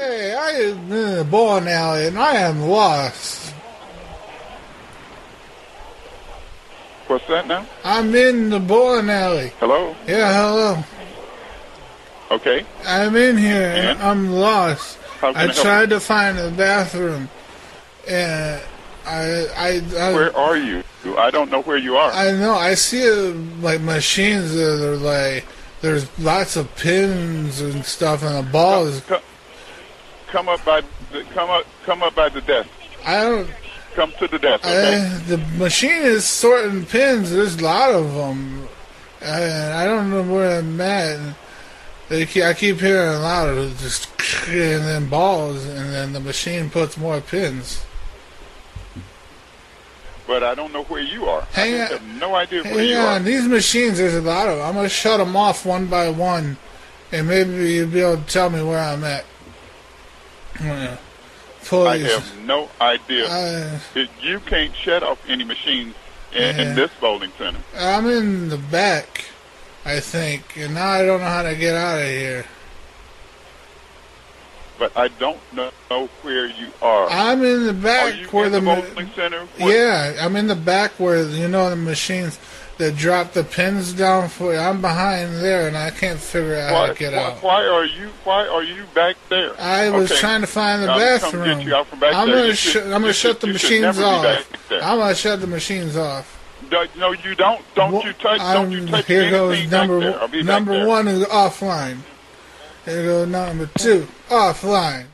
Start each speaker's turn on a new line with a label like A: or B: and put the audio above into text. A: is in the bowling alley and I am lost.
B: What's that now?
A: I'm in the bowling alley.
B: Hello?
A: Yeah, hello.
B: Okay.
A: I'm in here and
B: And?
A: I'm lost.
B: How can I
A: I
B: help you?
A: tried to find a bathroom and I I I,
B: Where are you? I don't know where you are.
A: I know I see uh, like machines that are like there's lots of pins and stuff and a ball is
B: come, come up by the, come up come up by the desk.
A: I don't
B: Come to the desk. Okay.
A: I, the machine is sorting pins. There's a lot of them. And I don't know where I'm at. And They keep, I keep hearing a lot of just and then balls, and then the machine puts more pins.
B: but I don't know where you are.
A: Hang
B: I
A: on.
B: have no idea where
A: Hang
B: you
A: on,
B: are.
A: these machines, there's a lot of them. I'm going to shut them off one by one, and maybe you'll be able to tell me where I'm at. Yeah.
B: I
A: Please.
B: have no idea.
A: I,
B: It- you can't shut off any machines in,
A: Yeah.
B: in this bowling center.
A: I'm in the back, I think, and now I don't know how to get out of here.
B: But I don't know, know where you are.
A: I'm in the
B: are
A: back
B: Oh, you
A: where
B: in the,
A: the, ma-
B: bowling center? What-
A: yeah, I'm in the back where you know the machines that drop the pins down for you. I'm behind there and I can't figure out how
B: Why,
A: to get
B: why,
A: out.
B: why are you why are you back there?
A: I was
B: Okay.
A: trying to find the
B: I'll come
A: bathroom.
B: get you out from back
A: I'm
B: there.
A: gonna
B: You
A: sh-
B: should-
A: I'm gonna
B: you should-
A: shut the
B: you should
A: machines
B: never be
A: off.
B: back there.
A: I'm gonna shut the machines off.
B: No, no, you don't. Don't
A: Wha-
B: you touch. Don't you
A: I'm-
B: touch
A: Here
B: anything
A: goes number
B: back there. I'll
A: one.
B: be back
A: number
B: there.
A: one is offline. Here goes number two offline.